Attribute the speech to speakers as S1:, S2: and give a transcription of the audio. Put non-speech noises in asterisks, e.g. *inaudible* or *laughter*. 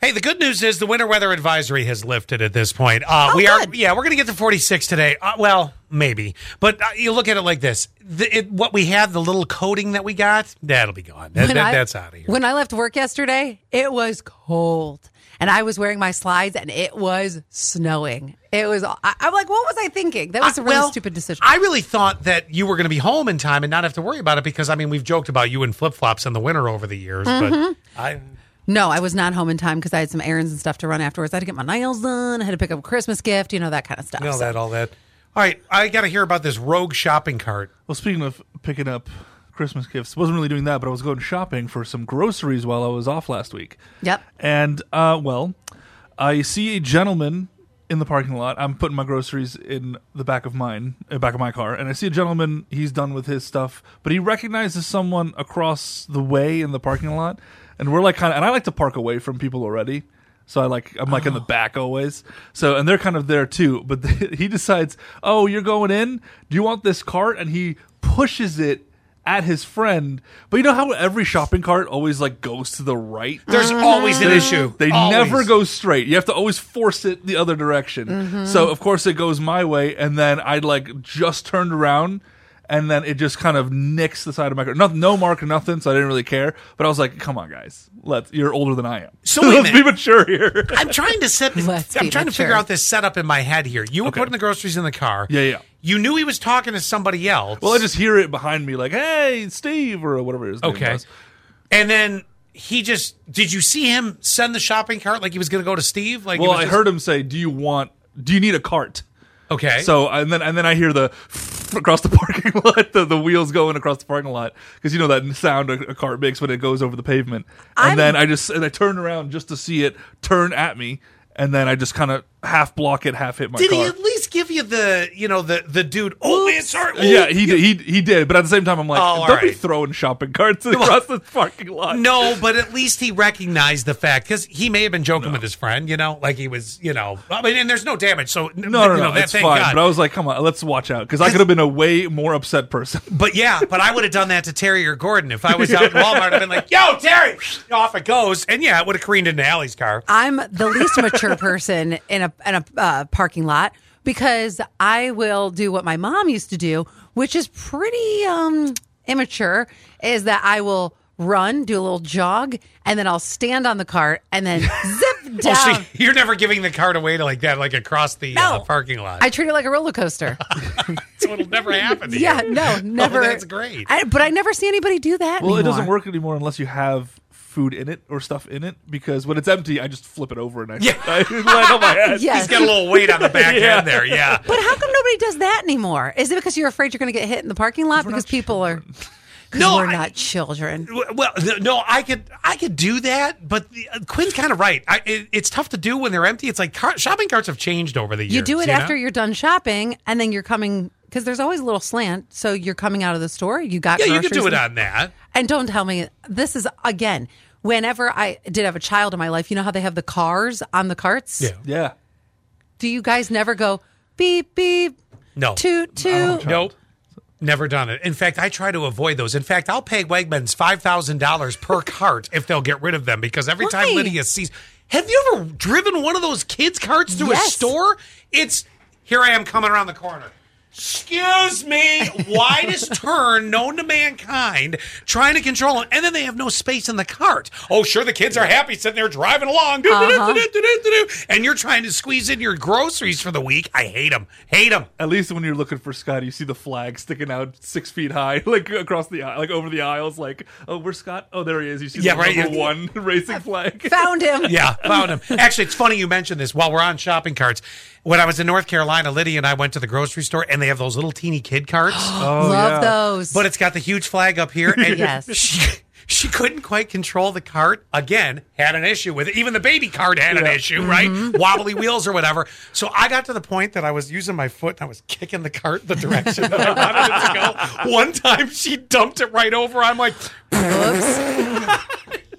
S1: Hey, the good news is the winter weather advisory has lifted at this point. Uh, we are,
S2: Oh, good.
S1: yeah, we're going to get to 46 today. Uh, well, maybe, but uh, you look at it like this: the, it, what we had, the little coating that we got, that'll be gone. That,
S2: When
S1: that-
S2: I-
S1: that's out of here.
S2: When I left work yesterday, it was cold. And I was wearing my slides and it was snowing. It was, I, I'm like, what was I thinking? That was a
S1: I-
S2: really
S1: well,
S2: stupid decision.
S1: I really thought that you were going to be home in time and not have to worry about it because I mean we've joked about you in flip flops in the winter over the years,
S2: Mm-hmm.
S1: but I
S2: no, I was not home in time because I had some errands and stuff to run afterwards. I had to get my nails done. I had to pick up a Christmas gift, you know, that kind of stuff.
S1: know
S2: So-
S1: that all that. All right, I got to hear about this rogue shopping cart.
S3: Well, speaking of picking up Christmas gifts, wasn't really doing that, but I was going shopping for some groceries while I was off last week.
S2: Yep.
S3: And uh, well, I see a gentleman in the parking lot. I'm putting my groceries in the back of mine, uh, back of my car, and I see a gentleman. He's done with his stuff, but he recognizes someone across the way in the parking lot, and we're like kind of. And I like to park away from people already. So I like I'm like in the back always. So and they're kind of there too. But *laughs* he decides, oh, you're going in. Do you want this cart? And he pushes it at his friend. But you know how every shopping cart always like goes to the right.
S1: There's
S2: Mm-hmm.
S1: always an issue.
S3: They
S1: Always.
S3: never go straight. You have to always force it the other direction. So of course it goes my way, and then I like just turned around, and then it just kind of nicks the side of my car. No, no mark or nothing, so I didn't really care. But I was like, "Come on, guys, let's." You're older than I am,
S1: So
S3: *laughs*
S1: wait a
S3: let's be
S1: minute.
S3: mature here.
S1: I'm trying to set.
S2: Let's
S1: I'm
S2: be
S1: trying to figure
S2: mature.
S1: out this setup in my head here. You were putting the groceries in the car.
S3: Yeah, yeah.
S1: You knew he was talking to somebody else.
S3: well, I just hear it behind me, like, "Hey, Steve," or whatever his name
S1: okay.
S3: was.
S1: And then he just did. You see him send the shopping cart like he was going to go to Steve. Like it
S3: Well,
S1: was
S3: I
S1: just-
S3: heard him say, "Do you want? Do you need a cart?"
S1: Okay.
S3: So and then and then I hear the *laughs* across the parking *laughs* lot, the, the wheels going across the parking lot because you know that sound a, a car makes when it goes over the pavement. And
S2: I'm-
S3: then I just and I turn around just to see it turn at me, and then I just kind of half block it, half hit my
S1: did
S3: car.
S1: he at least give you the you know the the dude? Oh man, sorry. Ooh.
S3: yeah, he did. He, he did, but at the same time, I'm like,
S1: Oh, all
S3: don't be
S1: right.
S3: throwing
S1: *laughs*
S3: shopping carts across the parking lot.
S1: Oh, No, but at least he recognized the fact because he may have been joking with his friend, you know, like he was, you know. I mean, and there's no damage, so no,
S3: no, no, no, it's fine. But I was like, come on, let's watch out because I could have been a way more upset person.
S1: But yeah, but I would have done that to Terry or Gordon if I was out at Walmart. I'd been like, "Yo, Terry, off it goes," and yeah, it would have careened into Allie's car.
S2: I'm the
S1: *laughs*
S2: least mature person in a in a uh, parking lot because I will do what my mom used to do, which is pretty um, immature. Is that I will run, do a little jog, and then I'll stand on the cart
S1: *laughs*
S2: and then zip down.
S1: Oh, see, you're never giving the cart away to like that, like across the uh,
S2: No.
S1: parking lot.
S2: I treat it like a
S1: *laughs*
S2: roller coaster.
S1: so it'll never happen. To
S2: *laughs* yeah,
S1: you.
S2: no, never.
S1: Oh, that's great.
S2: I, but I never see anybody do that.
S3: Well, it
S2: anymore.
S3: doesn't work anymore unless you have food in it or stuff in it because when it's empty, I just flip it over and I,
S1: Yeah.
S3: *laughs* I land on my head.
S2: Yes.
S1: He's got a little weight on the back
S3: Yeah.
S1: end there. Yeah.
S2: *laughs* But how come nobody does that anymore? Is it because you're afraid you're going to get hit in the parking lot? Because people are. *laughs* 'cause
S1: No,
S2: we're
S1: I-
S2: not children.
S1: Well, th- no, I could I could do that, but the, uh, Quinn's kind of right. I, it, it's tough to do when they're empty. It's like car, shopping carts have changed over the years.
S2: You do it
S1: know?
S2: after you're done shopping, and then you're coming because there's always a little slant. So you're coming out of the store. You got
S1: Yeah, you could
S2: groceries
S1: do it
S2: and-
S1: on that.
S2: And don't tell me this is again. Whenever I did have a child in my life, you know how they have the cars on the
S1: *laughs*
S2: carts.
S1: Yeah.
S3: Yeah.
S2: Do you guys never go beep beep?
S1: No.
S2: Toot toot.
S1: Nope. Never done it. In fact, I try to avoid those. In fact, I'll pay Wegmans five thousand dollars per cart if they'll get rid of them because every time
S2: Why?
S1: Lydia sees, have you ever driven one of those kids carts through a
S2: Yes.
S1: store? It's here I am coming around the corner. Excuse me,
S2: *laughs*
S1: widest turn known to mankind, trying to control it, and then they have no space in the cart. Oh, sure, the kids are happy sitting there driving along,
S2: Uh-huh.
S1: and you're trying to squeeze in your groceries for the week. I hate them, hate them.
S3: At least when you're looking for Scott, you see the flag sticking out six feet high, *laughs* like across the aisle, like over the aisles. Like, oh, where's Scott? Oh, there he is. You see
S1: Yeah,
S3: the
S1: right,
S3: number
S1: yeah.
S3: one *laughs* racing flag.
S2: Found him.
S1: Yeah, found him. Actually, it's funny you mentioned this while we're on shopping carts. When I was in North Carolina, Lydia and I went to the grocery store and they have those little teeny kid carts,
S2: Love
S3: yeah.
S2: those.
S1: Oh, but it's got the huge flag up here. And
S2: Yes.
S1: *laughs* She, she couldn't quite control the cart. Again, had an issue with it. Even the baby cart had an issue, right? Wobbly wheels or whatever. So I got to the point that I was using my foot and I was kicking the cart the direction that I wanted it to go. One time she dumped it right over. I'm like,
S2: Whoops.